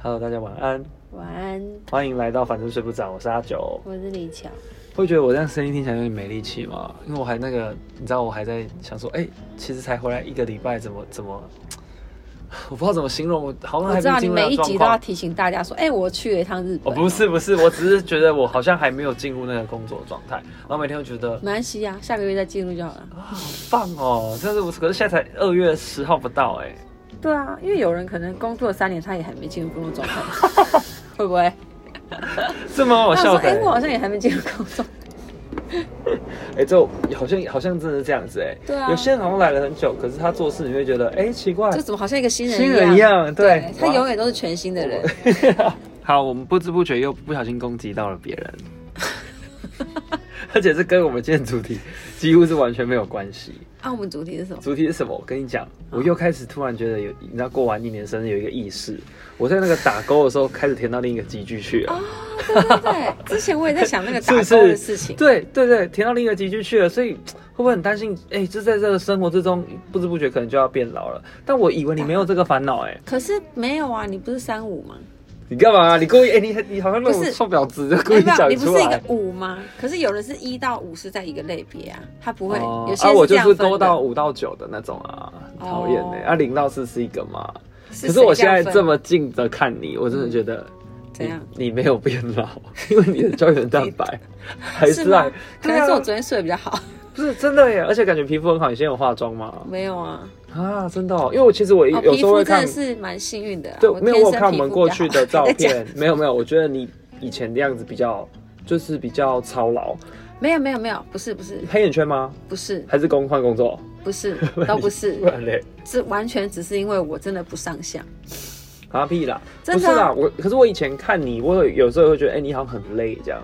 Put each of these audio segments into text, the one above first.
Hello，大家晚安，晚安，欢迎来到反正睡不着，我是阿九。我是李巧。会觉得我这样声音听起来有点没力气吗？因为我还那个，你知道我还在想说，哎、其实才回来一个礼拜，怎么怎么，我不知道怎么形容，我好像我还知道没你进入那每个一状集都要况。提醒大家说，哎、我去了一趟日哦，本、不，是不是，我只是觉得我好像还没有进入那个工作状态，然后每天都觉得没关系啊，下个月再进入就好了。啊，好棒哦！但是我可是现在才二月十号不到哎、对啊，因为有人可能工作三年，他也还没进入工作状态， 会不会？这么好他笑说，的、哎、欸。我好像也还没进入 工作。哎、这好像好像真的是这样子哎、对啊有些人好像来了很久，可是他做事你会觉得，哎、奇怪这，怎么好像一个新人新人一样，对，他哇永远都是全新的人。好，我们不知不觉又不小心攻击到了别人， 而且这跟我们今天主题几乎是完全没有关系。啊，我们主题是什 么？主题是什么？我跟你讲，嗯我又开始突然觉得有，你知道过完一年生日有一个意识，我在那个打勾的时候开始填到另一个集句去了。哦对对对， 之前我也在想那个打是不是勾的事情。对对对，填到另一个集区去了，所以会不会很担心？哎、就在这个生活之中，嗯不知不觉可能就要变老了。但我以为你没有这个烦恼，哎，可是没有啊，你不是三五吗？你干嘛、你故意？哎、你你好像那不种是臭婊子，就故哎意不讲你不出是一来。个五吗？可是有的是一到五是在一个类别啊，他不会，哦有些啊，是我这就样是分的。勾到五到九的那种啊，很讨厌呢。哦啊，零到四是一个嘛？可可是我现在这么近的看你，我真的觉得嗯怎你样？你没有变老，因为你的胶原蛋 白还是在吗。可对能啊是我昨天睡得比较好。 不是真的耶，而且感觉皮肤很好。你现在有化妆吗？没有啊，啊，真的、哦，因为我其实我哦，有皮时候肤会真看的，是蛮幸运的啊。对，我没有天我生看我皮们肤过比去较好的 照在讲片，没有没有，我觉得你以前的样子比较，就是比较操劳。没有没有没有，不是不是黑眼圈吗？不是还是工换工作？ 不是，都不是不，然嘞，这完全只是因为我真的不上相。啊屁啦，真不的是啊啦，我可是我以前看你，我有有时候会觉得，哎、你好像很累这样。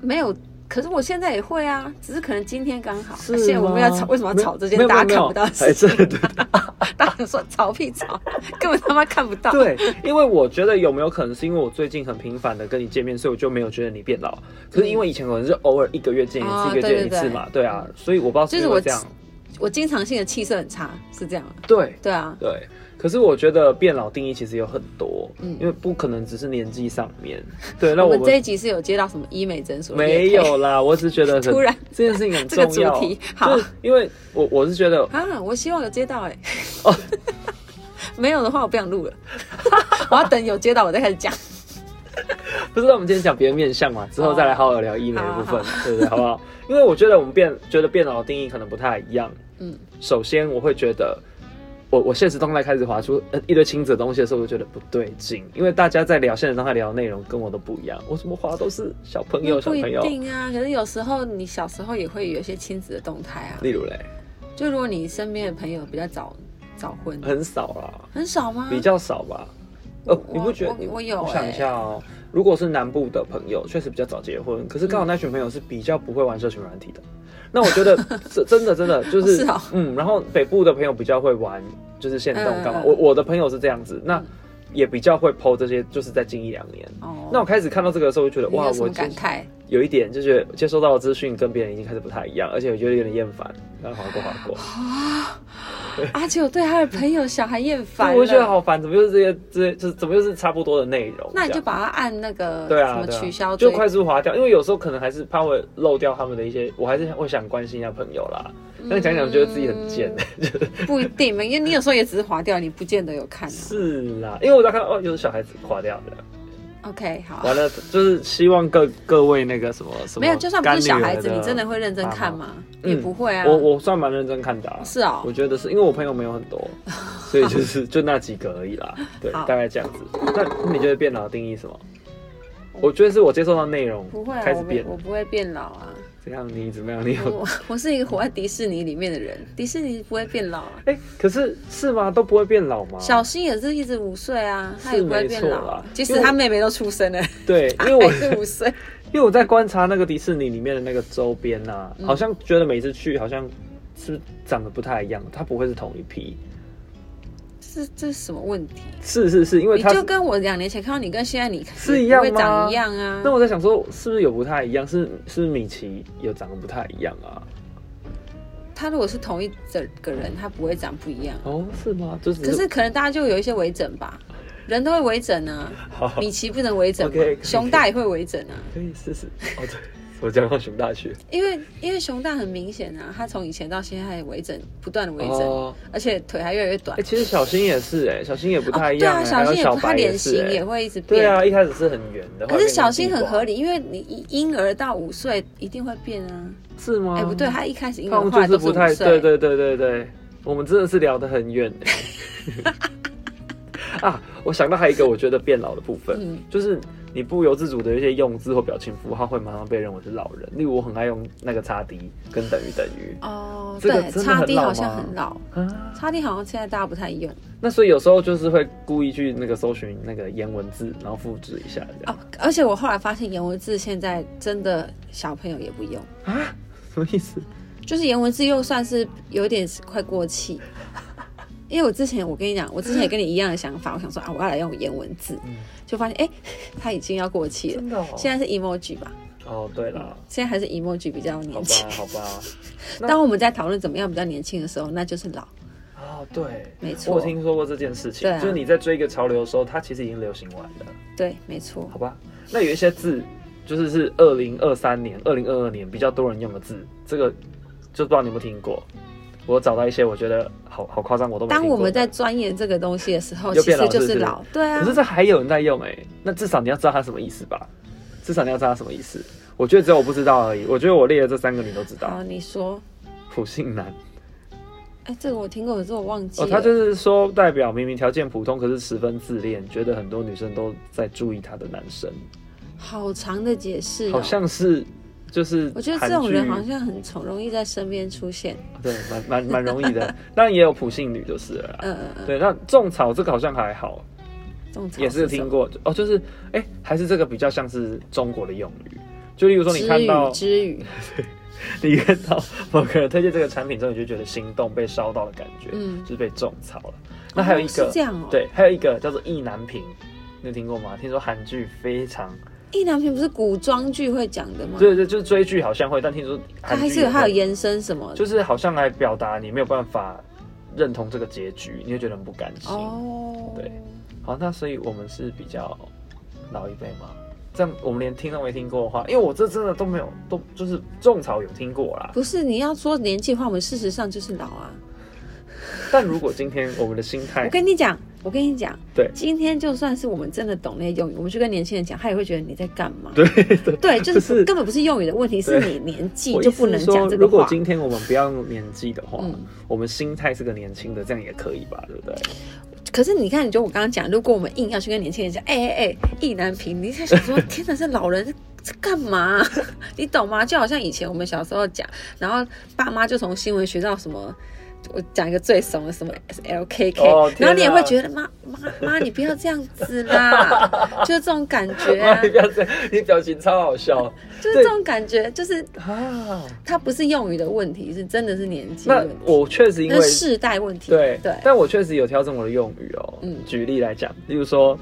没有，可是我现在也会啊，只是可能今天刚好。是现在我们要吵，吗为什么要吵这件没有大家没有看不到的没有哎事情？真的 大家说吵屁吵， 根本他妈看不到。 对， 因为我觉得有没有可能是因为我最近很频繁的跟你见面，所以我就没有觉得你变老。可是因为以前可能是偶尔一个月见一次，嗯哦一个月对一对次对嘛，对啊，所以我不知道是就是不我是这样。我经常性的气色很差，是这样吗？对，对啊，对，可是我觉得变老定义其实有很多，嗯因为不可能只是年纪上面。对，那我我们这们一集是有接到什么医美诊所？没。有啦，我只是觉得很突然这件事情很这个重要。主题好就是因为我我是觉得啊，我希望有接到哎、欸。哦 没有的话，我不想录了。 我要等有接到，我再开始讲。不知道我们今天讲别的面相嘛，之后哦再来好好聊医美的部分，对不对？好不好？因为我觉得我们变觉得变老的定义可能不太一样。嗯，首先我会觉得。我我现实动态开始划出呃一堆亲子的东西的时候，我就觉得不对劲，因为大家在聊现实动态聊的内容跟我都不一样，我怎么划都是小朋友小不一朋友，定啊，可是有时候你小时候也会有一些亲子的动态啊。例如嘞，就如果你身边的朋友比较早早婚，很少啦，很少吗？哎比较少吧。哦，我你不觉得？我我有我想一欸下哦，如果是南部的朋友，确实比较早结婚，可是嗯刚好那群朋友是比较不会玩社群软体的。那我觉 得这真的真的就哦是是哦嗯，然后北部的朋友比较会玩，就是现动干嘛？嗯嗯嗯我我的朋友是这样子，那嗯也比较会 PO 这些，就是在近一两年。哦那我开始看到这个的时候，我就觉得你哇，有什我么感接 慨？有一点就是接收到的资讯跟别人已经开始不太一样，而且我觉得有点厌烦。然后划过划过，而且我哦对他的朋友小孩厌烦啊对了，我就觉得好烦，怎么又是这些这些，就是怎么又是差不多的内容？那你这就样把它按那个对呃什啊，么对啊取消追就快速划掉，因为有时候可能还是怕会漏掉他们的一些，我还是会想关心一下朋友啦。嗯但讲讲觉得自己很 贱，不一定嘛，因为你有时候也只是划掉，你不见得有看、啊。是啦，因为我在看哦，有小孩子划掉的， OK，好，完了就是希望各各位那个什么什么，哦没有，就算不是小孩子，你真的。会认真看吗？嗯也不会啊。我我算蛮认真看的、啊，是哦我觉得是因为我朋友没有很 多，所以就是就那几个而已啦，对，好大概这样子。那你觉得变老的定义是什么？我觉得是我接受到内容不会啊，开始我变没，我不会变老 啊。怎样你怎么样你有我我是一个活在迪士尼里面的人，迪士尼不会变老啊。哎、可是是吗？都不会变老吗？小新也是一直五岁啊，他也不会变是没老错啦啊，即使他妹妹都出生了，对，因为 我还是五岁。因为我在观察那个迪士尼里面的那个周边呐、嗯好像觉得每次去好像是不是长得不太一样，它不会是同一批。这这是什么问题？是是是，因为你它就跟我两年前看到你跟现在你是一样吗不会长一样啊那。我在想说，是不是有不太一样？是是不是米奇有长得不太一样啊？他如果是同一整个人，他不会长不一样。哦，是吗？就只可是可能大家就有一些微整吧，人都会微整啊，好，米奇不能微整嘛 OK，可以，熊大也会微整啊，可以试试。哦，对， 我讲到熊大学，因为因为熊大很明显啊，他从以前到现在微整，不断的微整，哦，而且腿还越来越短哎，。其实小新也是，哎，小新也不哦太一对样，啊，哎小还有新也不，小他白脸是型也哎会一直变。对啊，一开始是很圆的，后可来是变成小新地很瓜合理，因为你一婴儿到五岁一定会变啊。是吗？哎、不对，，他一开始婴哦他儿们后就来是都是不五太，岁。对对对对对，我们真的是聊得很远。 啊，我想到还有一个我觉得变老的部分，嗯就是你不由自主的一些用字或表情符号会马上被认为是老人。例如我很爱用那个叉 D 跟等于等于哦，这个对，真的很叉 D 老好像吗很老，啊，叉 D 好像现在大家不太用那所以有时候就是会故意去那个搜寻那个颜文字，然后复制一下这样、哦。而且我后来发现颜文字现在真的小朋友也不用，啊，什么意思？就是颜文字又算是有点快 过气。因为我之前我跟你讲，我之前也跟你一样的想法，我想说啊，我要来用颜文字，嗯就发现 哎、它已经要过气了。真的哦，现在是 emoji 吧？哦对了，现在还是 emoji 比较好年轻。吧好吧，那当我们在讨论怎么样比较年轻的时候，那就是老，哦对。没我错，听说过这件事情，对啊就是你在追一个潮流的时候，它其实已经流行完了，对，没错，好吧？那有一些字，就是是二零二三年、二零二二年比较多人用的字，这个就不知道你有没有听过。我找到一些我觉得好好夸张，我都没听当过我们在的，钻研这个东西的时候，又其变实老就了是不是老，对啊可。是这还有人在用哎、那至少你要知道它什么意思吧？至少你要知道它什么意思。我觉得只有我不知道而已。我觉得我列的这三个你都知道好，，哦你说，普信男哎，这个我听过，可是我忘记哦，了。他就是说代表明明条件普通，可是十分自恋，觉得很多女生都在注意他的男生。好长的解释、哦，好像是就是我觉得韩这种人剧好像很丑，容易在身边出现。对蛮蛮蛮容易 的，当然也有普信女就是了啦。嗯嗯嗯，对，那种草这个好像还好，种草也是什听么过哦，就是哎、还是这个比较像是中国的用语。就例如说，你看到知语，知语你看到某个人推荐这个产品之后，你就觉得心动、被烧到的感觉，嗯就是被种草了。那还有一个哦、是这样哦。，对，还有一个叫做意难平，你有听过吗？听说韩剧非常，意难平不是古装剧会讲的吗？，对对，就是追剧好像会，但听说它韩还剧是有也还有会延伸什么的就是好像来表达你没有办法认同这个结局，你会觉得很不甘心。哦。对好，那所以我们是比较老一辈吗？这样我们连听都没听过的话，因为我这真的都没有，都就是种草有听过啦。不是你要说年纪的话，我们事实上就是老啊。但如果今天我们的心态我，跟你讲，我跟你讲，哎对今天就算是我们真的懂那些用语，我们去跟年轻人讲，他也会觉得你在干嘛。对对，对，就就是是根本不是用语的问题，是对你年纪我就意不思能是讲说，这个如果话。今天我们不要用年纪的话，嗯我们心态是个年轻的，这样也可以吧？对不对？可是你看，你就我刚刚讲，如果我们硬要去跟年轻人讲，哎哎哎，意难平，你在想说，天哪，这老人这干嘛、 你懂吗？就好像以前我们小时候讲，然后爸妈就从新闻学到什么。我讲一个最怂的，什么 LKK，、哦天哪然后你也会觉得妈妈妈，你不要这样子 啦，就是这种感觉啊，你不要这样，你表情超好 笑就是这种感觉，就是啊！它不是用语的问题，是真的是年纪那问题，我确实因那为是世代问题。对对，但我确实有调整我的用语哦。嗯举例来讲，例如说，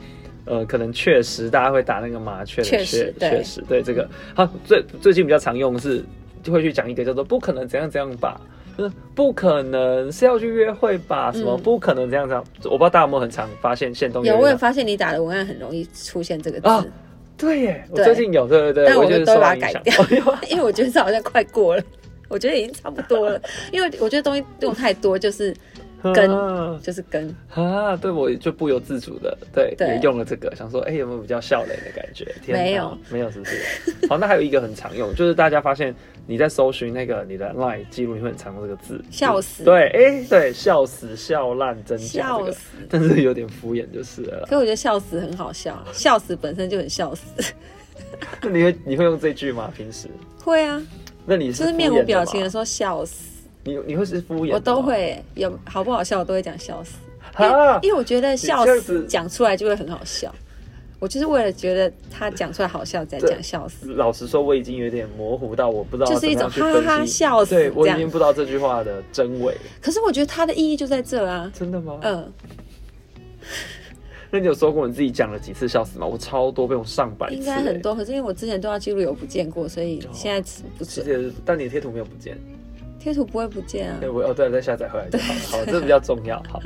呃，可能确实大家会打那个麻雀的确确实对确实对这个。好，最最近比较常用的是就会去讲一个叫做“不可能怎样怎样吧”，就是不可能是要去约会吧，什么、嗯不可能怎样怎样。我不知道大家有没有很常发现现东有我问有发现你打的文案很容易出现这个字。啊对耶，我对最近有对对对，但我就们是都受把到它影改响。掉哎 呦 因为我觉得这好像快过了，我觉得已经差不多了，因为我觉得东西用太多就是跟啊就是跟，啊，对我就不由自主的，对，对也用了这个，想说，哎、有没有比较笑脸的感觉？天哪没有，没有，是不是？好，那还有一个很常用，就是大家发现你在搜寻那个你的 LINE 记录，你会很常用这个字，笑死对，哎、对，笑死、笑烂、真假、这笑个，死。但是有点敷衍就是了啦。可我觉得笑死很好笑，笑死本身就很笑死。 那你会你会用这句吗？平时？会啊，那你就是是面无表情的的吗，时候笑死，你你会是敷衍的吗？我都会有好不好笑，我都会讲笑死，因为啊，因为我觉得笑这样死子讲出来就会很好笑。我就是为了觉得他讲出来好笑才对讲笑死，老实说，我已经有点模糊到我不知道就是一种怎么样去哈哈分析笑死对我已这样经不知道这句话的真伪，可是我觉得它的意义就在这啊。真的吗？嗯，那你有说过你自己讲了几次笑死吗？我超多，被我上百次、欸应该很。多，可是因为我之前对他记录有不见过，所以现在吃不其准。实，但你的贴图没有不见。贴图不会不见啊 对，，我哦，对，再下载回来就好了。好，这比较重要。好，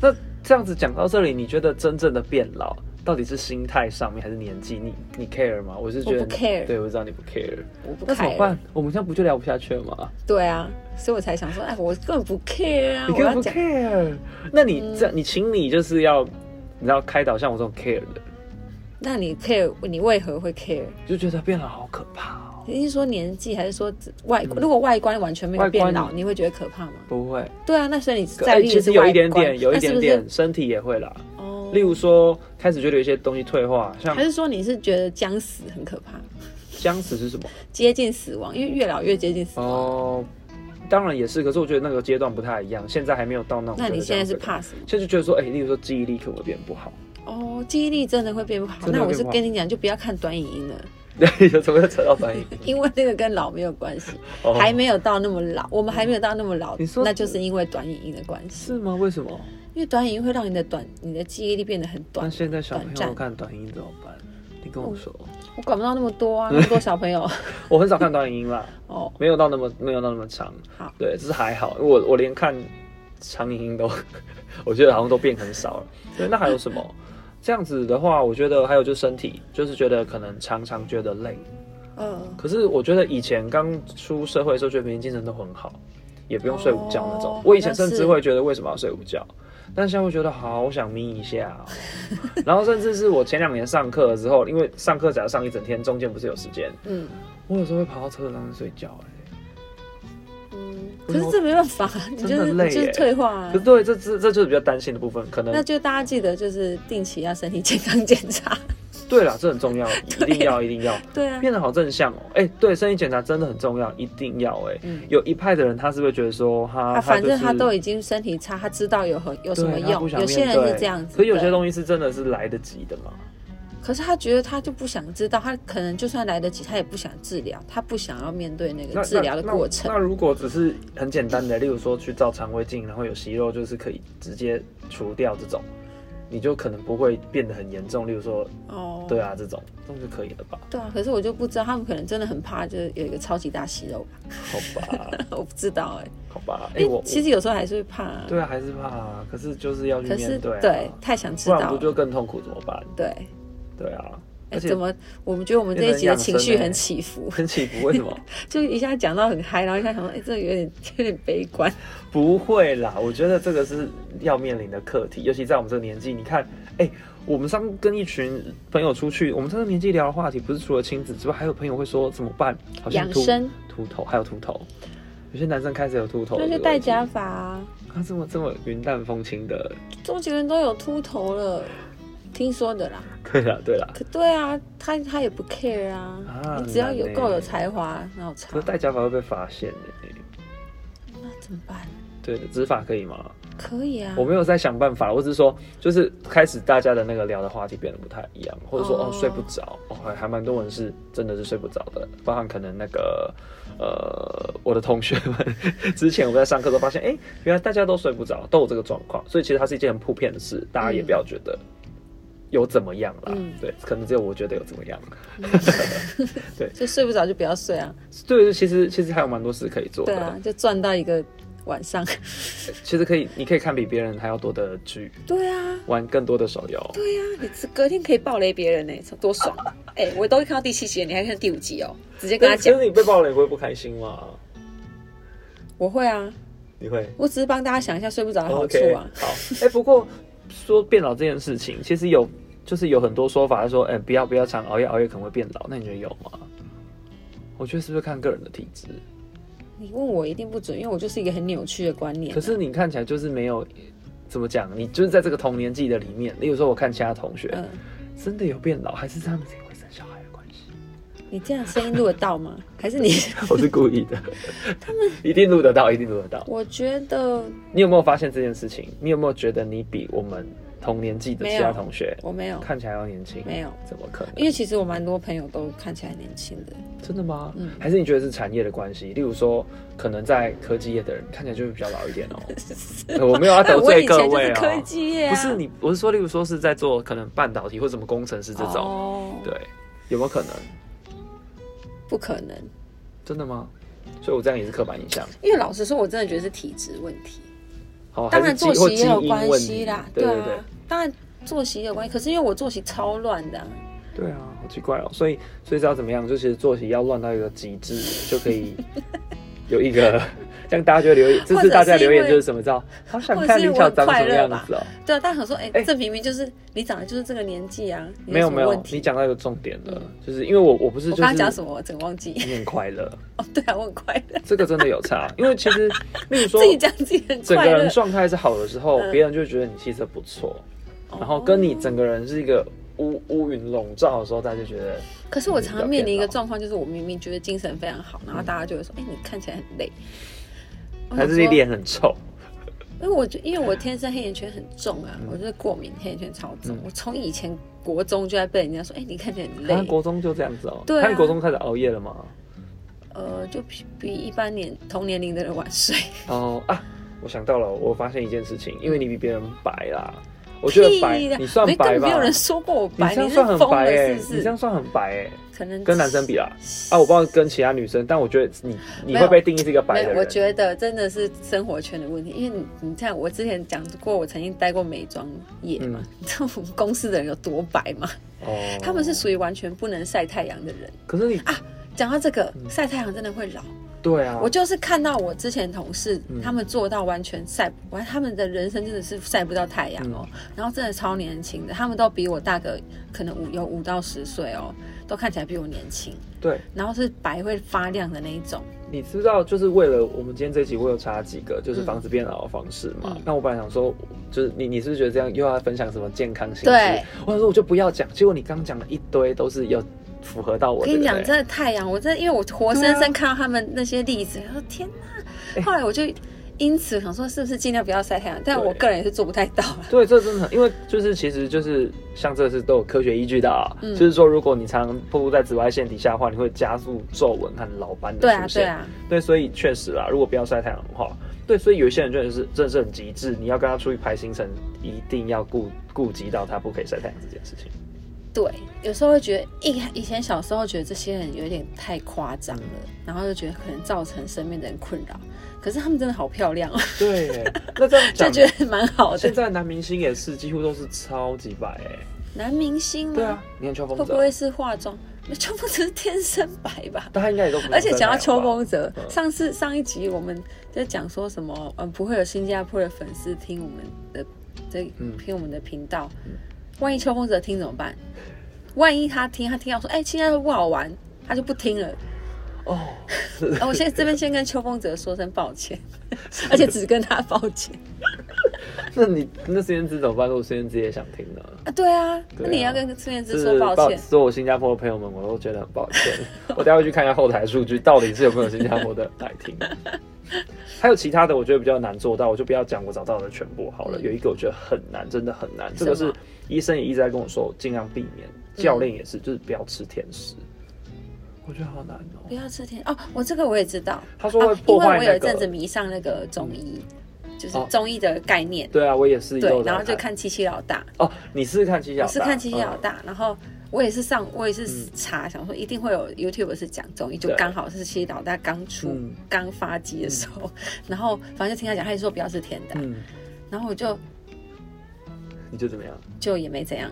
那这样子讲到这里，你觉得真正的变老到底是心态上面还是年纪？你你 care 吗？我是觉得我不 care 对，我知道你不 care。我不那怎么 care。办？我们这样不就聊不下去了吗？对啊，所以我才想说，哎，我根本不 care 啊，你我根本要不讲嗯 care。那你这样，你请你就是要，你知道开导像我这种 care 的，那你 care，你为何会 care？就觉得变老好可怕哦。你是说年纪，还是说只外？如果嗯外观完全没外有观变老，你会觉得可怕吗？不会，对啊，那所以你在哎意其的实是有一外点观，点，有一那点 是不点，是？身体也会啦。哦，例如说，开始觉得有一些东西退化，像还是说你是觉得将死很可怕，僵死是什么？接近死亡，因为越老越接近死亡。哦，当然也是，可是我觉得那个阶段不太一样，现在还没有到那种。那你现在是？怕什么？现在就觉得说，哎、例如说记忆力可能会变不好，哦，记忆力真的会变不好。真的那会我是变不好跟你讲，就不要看短影音了，对，有什么又扯到短影？因为那个跟老没有关系，哦 还没有到那么老，我们还没有到那么老你说，那就是因为短影音的关系。是吗？为什么？因为短影音会让你的短，你的记忆力变得很那短。现在小朋短友暂哦看短影怎么办？你跟我说，我管不到那么 多啊，那么多小朋友。我很少看短影啦，哦，没有到那么没有到那么长。好，对，这是还好，因为我我连看长影音都， 我觉得好像都变很少了。对，那还有什么？这样子的话，我觉得还有就是身体，就是觉得可能常常觉得累，嗯，可是我觉得以前刚出社会的时候，觉得每天精神都很好，也不用睡午觉那种。哦我以前甚好像至是会觉得为什么要睡午觉，但现在会觉得好想眯一下、哦。 然后甚至是我前两年上课的时候，因为上课假如上一整天，中间不是有时间，嗯我有时候会跑到车子上面睡觉、哎，嗯，可是这没办法，你就真是的你累就是耶退化啊可。对，这这这就是比较担心的部分，可那能就大家记得就是定期要身体健康检 查。对啦，这很 重要，一定要一定要对啊，变得好正向哦。哎、对，身体检查真的很重要，一定要哎、嗯有一派的人，他是不是觉得说哈，啊，反正就是他都已经身体差，他知道有何有什么对他用不。想有些人面对是这样子，可有些对东西是真的是来得及的嘛？可是他觉得他就不想知道，他可能就算来得及，他也不想治疗，他不想要面对那那个治疗的过程那那。那如果只是很简单的，例如说去照肠胃镜，然后有息肉就是可以直接除掉这种，你就可能不会变得很严重。例如说，哦，对啊，这种这种就可以了吧？对啊，可是我就不知道，他们可能真的很怕，就是有一个超级大息肉吧， 好吧，我不知道哎、好吧， 哎、因我为其实实有时候还是会怕、啊，对啊，还是怕啊，可是就是要去可是面对、啊，太想知不然道不了，就更痛苦怎么办？对，对啊，哎、而且 怎么我们觉得我们这一集的情绪很起伏，很起伏，为什 么？就一下讲到很嗨，然后一下想到哎、这有点 有点悲观，不会啦，我觉得这个是要面临的课题，尤其在我们这个年纪。你看，哎、我们上次跟一群朋友出去，我们这个年纪聊的话题，不是除了亲子之外，还有朋友会说怎么办？好像养秃生秃头，还有秃头。有些男生开始有秃头了，那就对不对戴假发、啊，啊，这么这么云淡风轻的，周杰伦都有秃头了，听说的啦，对啦对啦，可对啊，他他也不 care 啊，啊你只要有很难欸够有才华，哪有差可是？戴假发会被发现的、那怎么办？对，植发可以吗？可以啊，我没有在想办法，我只是说，就是开始大家的那个聊的话题变得不太一样，或者说哦哦睡不着，哦还还蛮多人是真的是睡不着的，包含可能那个呃我的同学们，之前我们在上课都发现，哎、原来大家都睡不着，都有这个状况，所以其实它是一件很普遍的事，大家也不要觉得有怎么样啦，嗯对，可能只有我觉得有怎么样，就睡不着就不要睡啊，对，其实其实还有蛮多事可以做对的，啊，就赚到一个晚上，其实可以，你可以看比别人还要多的剧， 对啊。玩更多的手游，对呀、你这隔天可以暴雷别人呢、多爽！ 哎、我都看到第七集了，你还看第五集哦，直接跟他可讲。是你被爆了，你会不开心吗？我会啊，你会？我只是帮大家想一下睡不着的好处 OK，啊。好， 哎、不过说变老这件事情，其实有就是有很多说法说，哎、不要不要常熬夜，熬夜可能会变老。那你觉得有吗？我觉得是不是看个人的体质？你问我一定不准，因为我就是一个很扭曲的观念啊可。是你看起来就是没有怎么讲，你就是在这个同年纪的里面。例如说，我看其他同学、嗯，真的有变老，还是他们是因为生小孩的关系？你这样声音录得到吗？ 还是你？ 我是故 意的，他们一定录得到，一定录得到。我觉得你有没有发现这件事情？你有没有觉得你比我们同年纪的没其有他同学我没有，看起来要年轻？没有，怎么可能？因为其实我蛮多朋友都看起来年轻的。真的吗？嗯还是你觉得是产业的关系？例如说，可能在科技业的人看起来就会比较老一 点哦、呃我没有要但得 我罪以各前就位是哦、科技业、啊，不是你，我是说，例如说是在做可能半导体或什么工程师这种，哦、对，有没有可能？不可能。真的吗？所以我这样也是刻板印象。因为老实说，我真的觉得是体质问题。好，当哦还然是基作或息基也有因关问系题啦，对啊对对，当然作息也有关系。可是因为我作息超乱的啊、对啊，好奇怪哦。所以，所以知道怎么样，就其实作息要乱到一个极致，就可以有一 个让大家觉得留言，这或者次大家是因留言为就是什么知道？好想或者看是林我巧很长快什么乐样吧子哦。对啊，但想说，哎、哎这明明就是你长得就是这个年纪啊，你没有什么没有问，题你讲到一个重点了嗯，就是因为我我不是我就刚刚是讲什么，我整个忘记。 你很快乐， 哦，对啊，我很快乐，这个真的有差， 因为其实例如说自己讲自己很整快个人乐。状态是好的时候，嗯别人就觉得你气色不错，哦然后跟你整个人是一个乌乌云笼罩的时候，大家就觉得可是我常常面临一哦个状况，就是我明明觉得精神非常好，然后大家就会说：“哎、你看起来很累。”我嗯还想是你说脸很臭。因为我就因为我天生黑眼圈很重嗯啊，我就是过敏，黑眼圈超重。我从以前国中就在被人家说：“哎、你看起来很他累。国中就这样子哦、对啊他们国中开始熬夜了吗？”呃，就比比一般年同年龄的人晚睡。哦啊，我想到了，我发现一件事情，因为你比别人白啦， 我觉得 白屁啦你算没白根本吧？没有人说过我你白，这你样是算很疯白了哎、是不你这是样？算很白哎、可能跟男生比啦啊，我不知道跟其他女生，但我觉得你你会被定义是一个白没有的，人。我觉得真的是生活圈的问题，因为你你看，我之前讲过，我曾经待过美妆业嘛，嗯 你知道我们公司的人有多白吗？哦，他们是，属于啊完全不能晒太阳的人。可是你、讲到这个，嗯晒太阳真的会老。对啊，我就是看到我之前同事嗯他们做到完全晒，完他们的人生真的是晒不到太嗯阳哦，然后真的超年轻的，他们都比我大个可能五有五到十岁哦，都看起来比我年轻，对，然后是白会发亮的那一种。你知道，就是为了我们今天这一集，我有查几个就是防止变老的方式嘛。嗯那我本来想说，就是你你是不是觉得这样又要分享什么健康信息？对，我想说我就不要讲，结果你刚讲了一堆都是有符合到我我的。跟你对不讲，对真的太阳，我真的因为我活生生看到他们那些例子，我说天哪！后来我就因此想说，是不是尽量不要晒太阳？但对我个人也是做不太到啊。对，这真的很，因为就是其实就是像这是都有科学依据的、啊，嗯就是说如果你常常暴露在紫外线底下的话，你会加速皱纹和老斑的对啊出，现。对啊，对，所以确实啦，如果不要晒太阳的话，对，所以有一些人真的是真的是很极致，你要跟他出去排行程，一定要顾顾及到他不可以晒太阳这件事情。对，有时候会觉得一以前小时候觉得这些人有点太夸张了，然后就觉得可能造成身边的人困扰。可是他们真的好漂 亮哦，对耶，那这样就讲，觉得蛮好现的。在男明星也是几乎都是超级白哎、男明星吗？对啊，，你看秋会风不泽，会是化妆？ 秋风泽是天生白吧？但他应该也都不能而且讲到晒太秋阳吧风泽，嗯上次上一集我们在讲说什么，嗯，不会有新加坡的粉丝听我们的，这嗯听我们的频道嗯，万一秋风泽听怎么办？万一他听，他听到说，哎、新加坡不好玩，他就不听了。哦， 啊我现在这边先跟秋风泽说声抱歉， 而且只跟他抱歉那你那孙燕姿怎么办？如果孙燕姿也想听呢？啊。对啊，对那啊你要跟孙燕就姿是说抱歉。所有新加坡的朋友们，我都觉得很抱歉。我待会去看一下后台数据，到底是有没有新加坡的来听。还有其他的，我觉得比较难做到，我就不要讲我找到的全部好了。嗯有一个我觉得很难，真的很难，这什个么嗯是医生也一直在跟我说，尽量避免。教练也是，就是不要吃甜食。我觉得好难哦、不要吃甜哦，我这个我也知道，他说会啊因破为坏我有那一阵子个。迷上那个中医，就是哦中医的概念。对啊，我也是。对，然后就看七七老大，哦，你是看七小我是看七七老嗯大，然后我也是上，我也是查，想说一定会有 YouTube 是讲中医，就对刚好是七七老大刚出嗯刚发迹的时候， 然后反正就听他讲，他也说不要吃甜的啊，嗯，然后我就你就怎么样？就也没怎样，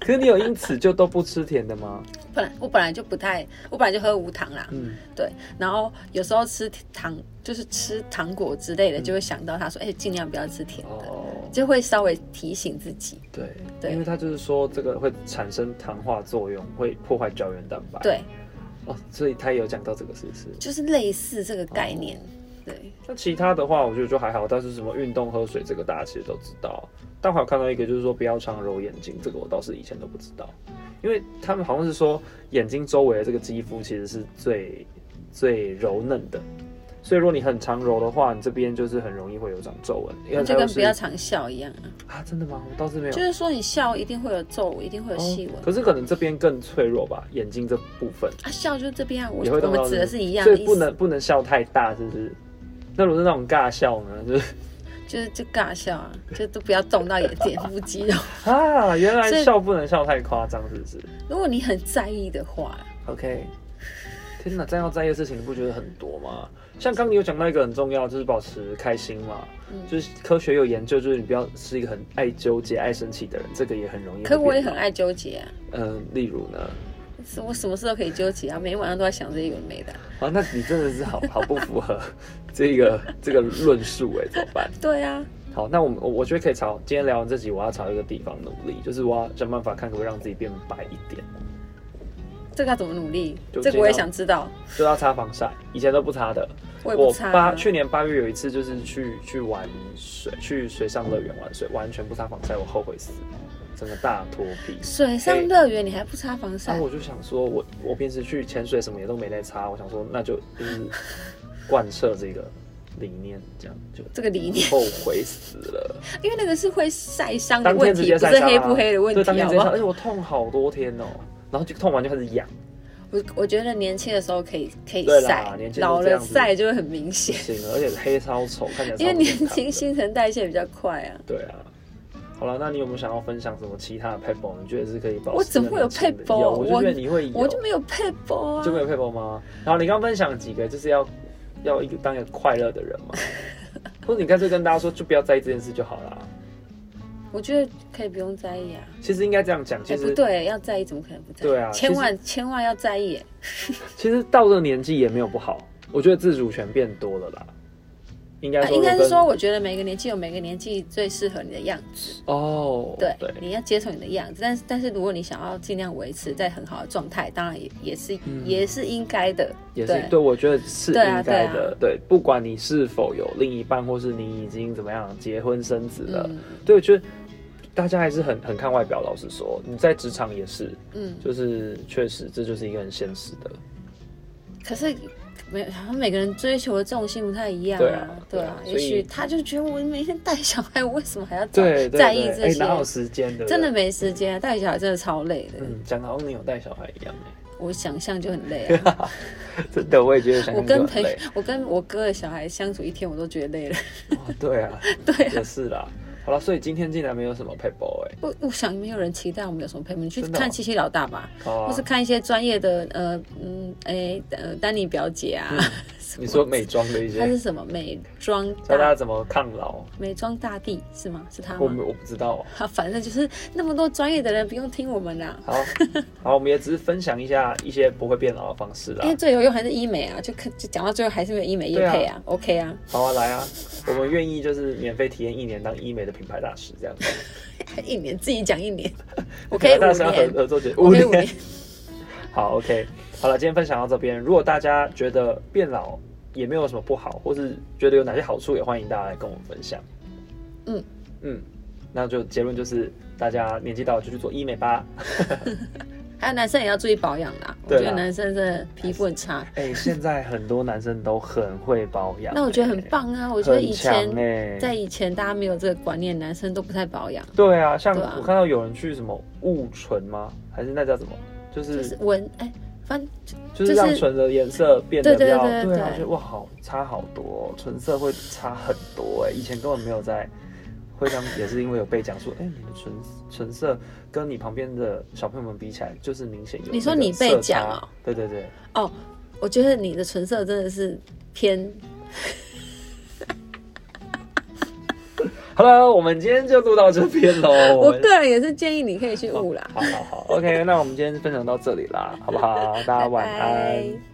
可是你有因此就都不吃甜的吗？本来我本来就不太，我本来就喝无糖啦，嗯，对，然后有时候吃糖就是吃糖果之类的，就会想到他说，哎、尽量不要吃甜的，哦，就会稍微提醒自己。对，对因为他就是说这个会产生糖化作用，会破坏胶原蛋白。，对，哦，所以他也有讲到这个是不是？就是类似这个概念。对，那其他的话，我觉得就还好，但是什么运动、喝水这个大家其实都知道。但我还有看到一个就是说不要常揉眼睛，这个我倒是以前都不知道，因为他们好像是说眼睛周围的这个肌肤其实是最最柔嫩的。所以如果你很常揉的话，你这边就是很容易会有长皱纹，因那为它就跟又是不要常笑一样啊，啊，真的吗？我倒是没有就。是说你笑一定会有皱纹，一定会有细纹、哦可是可能这边更脆弱吧，眼睛这部分。啊。笑就是这边啊，我也会我动到们指的是一样所的以意不思，能不能笑太大，是不是？那如果是那种尬笑呢？ 就是就是就尬笑啊，就都不要动到眼睑部肌 肉。啊，原所来以笑不能笑太夸张，是不是如果你很在意的话， ？OK，天哪，这样要在意的事情，你不觉得很多吗？像刚刚你有讲到一个很重要，就是保持开心嘛。嗯就是科学有研究，就是你不要是一个很爱纠结、爱生气的人，这个也很容易。可我也很。爱纠结啊，嗯、例如呢？是我什么事都可以纠结啊，每天晚上都在想这些有的没的。啊，那你真的是好好不符合这个这个论述哎，怎么办？对啊，好，那我们我我觉得可以朝今天聊完这集，我要朝一个地方努力，就是我要想办法看可不可以让自己变白一点，这个要怎么努力？就这个我也尽量想知道，就要擦防晒，以前都不擦的。我也我不差、八啊。去年八月有一次就是去去玩水，去水上乐园玩水，完全不擦防晒，我后悔死，整个大脱皮。水上乐园你还不擦防然晒后？我就想说我，我平时去潜水什么也都没在擦，我想说那就 就是贯彻这个理念，这样就这个理念，后悔死了。因为那个是会晒伤的哎当天问直题，接不晒是伤啊黑不黑的问对，当题，天好直接不晒，好而？且我痛好多天哦，然后就痛完就开始 痒，我我觉得年轻的时候可以可以对啦晒年，轻都老这了样子晒就会很明显不， 行了，而且黑超丑，看起来超因为不健康年轻的新陈代谢比较快啊。对啊。好了，那你有没有想要分享什么其他的 p e b b l 你觉得是可以保持我怎么会有那种 pebble？有我就我觉得你会有，我就没有配包啊就，没有 p e b b l 吗？然后你刚分享几个，就是要要一个当一个快乐的人 嘛，或者你干脆跟大家说，就不要在意这件事就好啦。我觉得可以不用在意啊。其实应该这样讲，哎、其实、不对，要在意怎么可能不在意？对啊千万千万要在意耶。其实到这个年纪也没有不好，我觉得自主权变多了啦。应该啊说、应该是说，我觉得每个年纪有每个年纪最适合你的样子，哦，对，对，你要接受你的样子。但是但是，如果你想要尽量维持在很好的状态，当然也也是、嗯也是应该的，也是对对我觉得是对啊应该对的。对，不管你是否有另一半，或是你已经怎么样结婚生子了，嗯对，我觉得大家还是很很看外表。老实说，你在职场也是，嗯。就是确实这就是一个很现实的。可是每好像每个人追求的重心不太一样对啊对对啊啊。也所以许他就觉得我每天带小孩，我为什么还要在对，对在意对这些？哎哪有时间的？对不真的对，没时间、啊，带小孩真的超累的，嗯，讲的好像你有带小孩一样哎、我想象就很累 啊。真的，我也觉得想我象就跟很朋累。我跟我哥的小孩相处一天，我都觉得累了。哇对啊， 对啊，也是啦。好了，所以今天竟然没有什么 paper 哎、我我想没有人期待我们有什么配合，你去真的哦看七七老大吧，好啊或是看一些专业的呃嗯哎呃丹尼表姐啊， 什嗯么你说美妆的一她些是，什么美妆教大大家怎么抗老，美妆大帝是吗？是她我吗 们？我不知道、啊。好，反正就是那么多专业的人不用听我们啊啦。好，好，我们也只是分享一下一些不会变老的方式啦因为。最有用还是医美啊，就看就讲到最后还是没有医美业对啊配啊，OK 啊，好啊，来啊，我们愿意就是免费体验一年当医美的品牌大使这样子。一年自己讲 一年，我可以五大使要合年，合作解我五可以五年年。， 好，OK，好了，今天分享到这边。如果大家觉得变老也没有什么不好，或是觉得有哪些好处，也欢迎大家来跟我们分享。嗯嗯，那就结论就是，大家年纪到了就去做医美 吧。还有男生也要注意保养啊啦，我对啊觉啦得男生真的皮肤很差。哎、现在很多男生都很会保养、那我觉得很哎棒啊！我我觉得以前哎、在以前大家没有这个观念，男生都不太保养，对啊，像对啊我看到有人去什么雾唇吗？还是那叫什么？就就是是闻哎，反正就是是让唇的颜色变得比对对较对对啊，对我觉得哇好差好多、哦，唇色会差很多哎、以前根本没有在。会上也是因为有被讲说，哎、你的唇唇色跟你旁边的小朋友们比起来，就是明显有那个你说你被讲色哦差对对对，哦，我觉得你的唇色真的是偏，好了，我们今天就录到这边喽。我们个人也是建议你可以去雾啦。 好好好，OK，那我们今天分享到这里啦，好不好？大家晚安。拜拜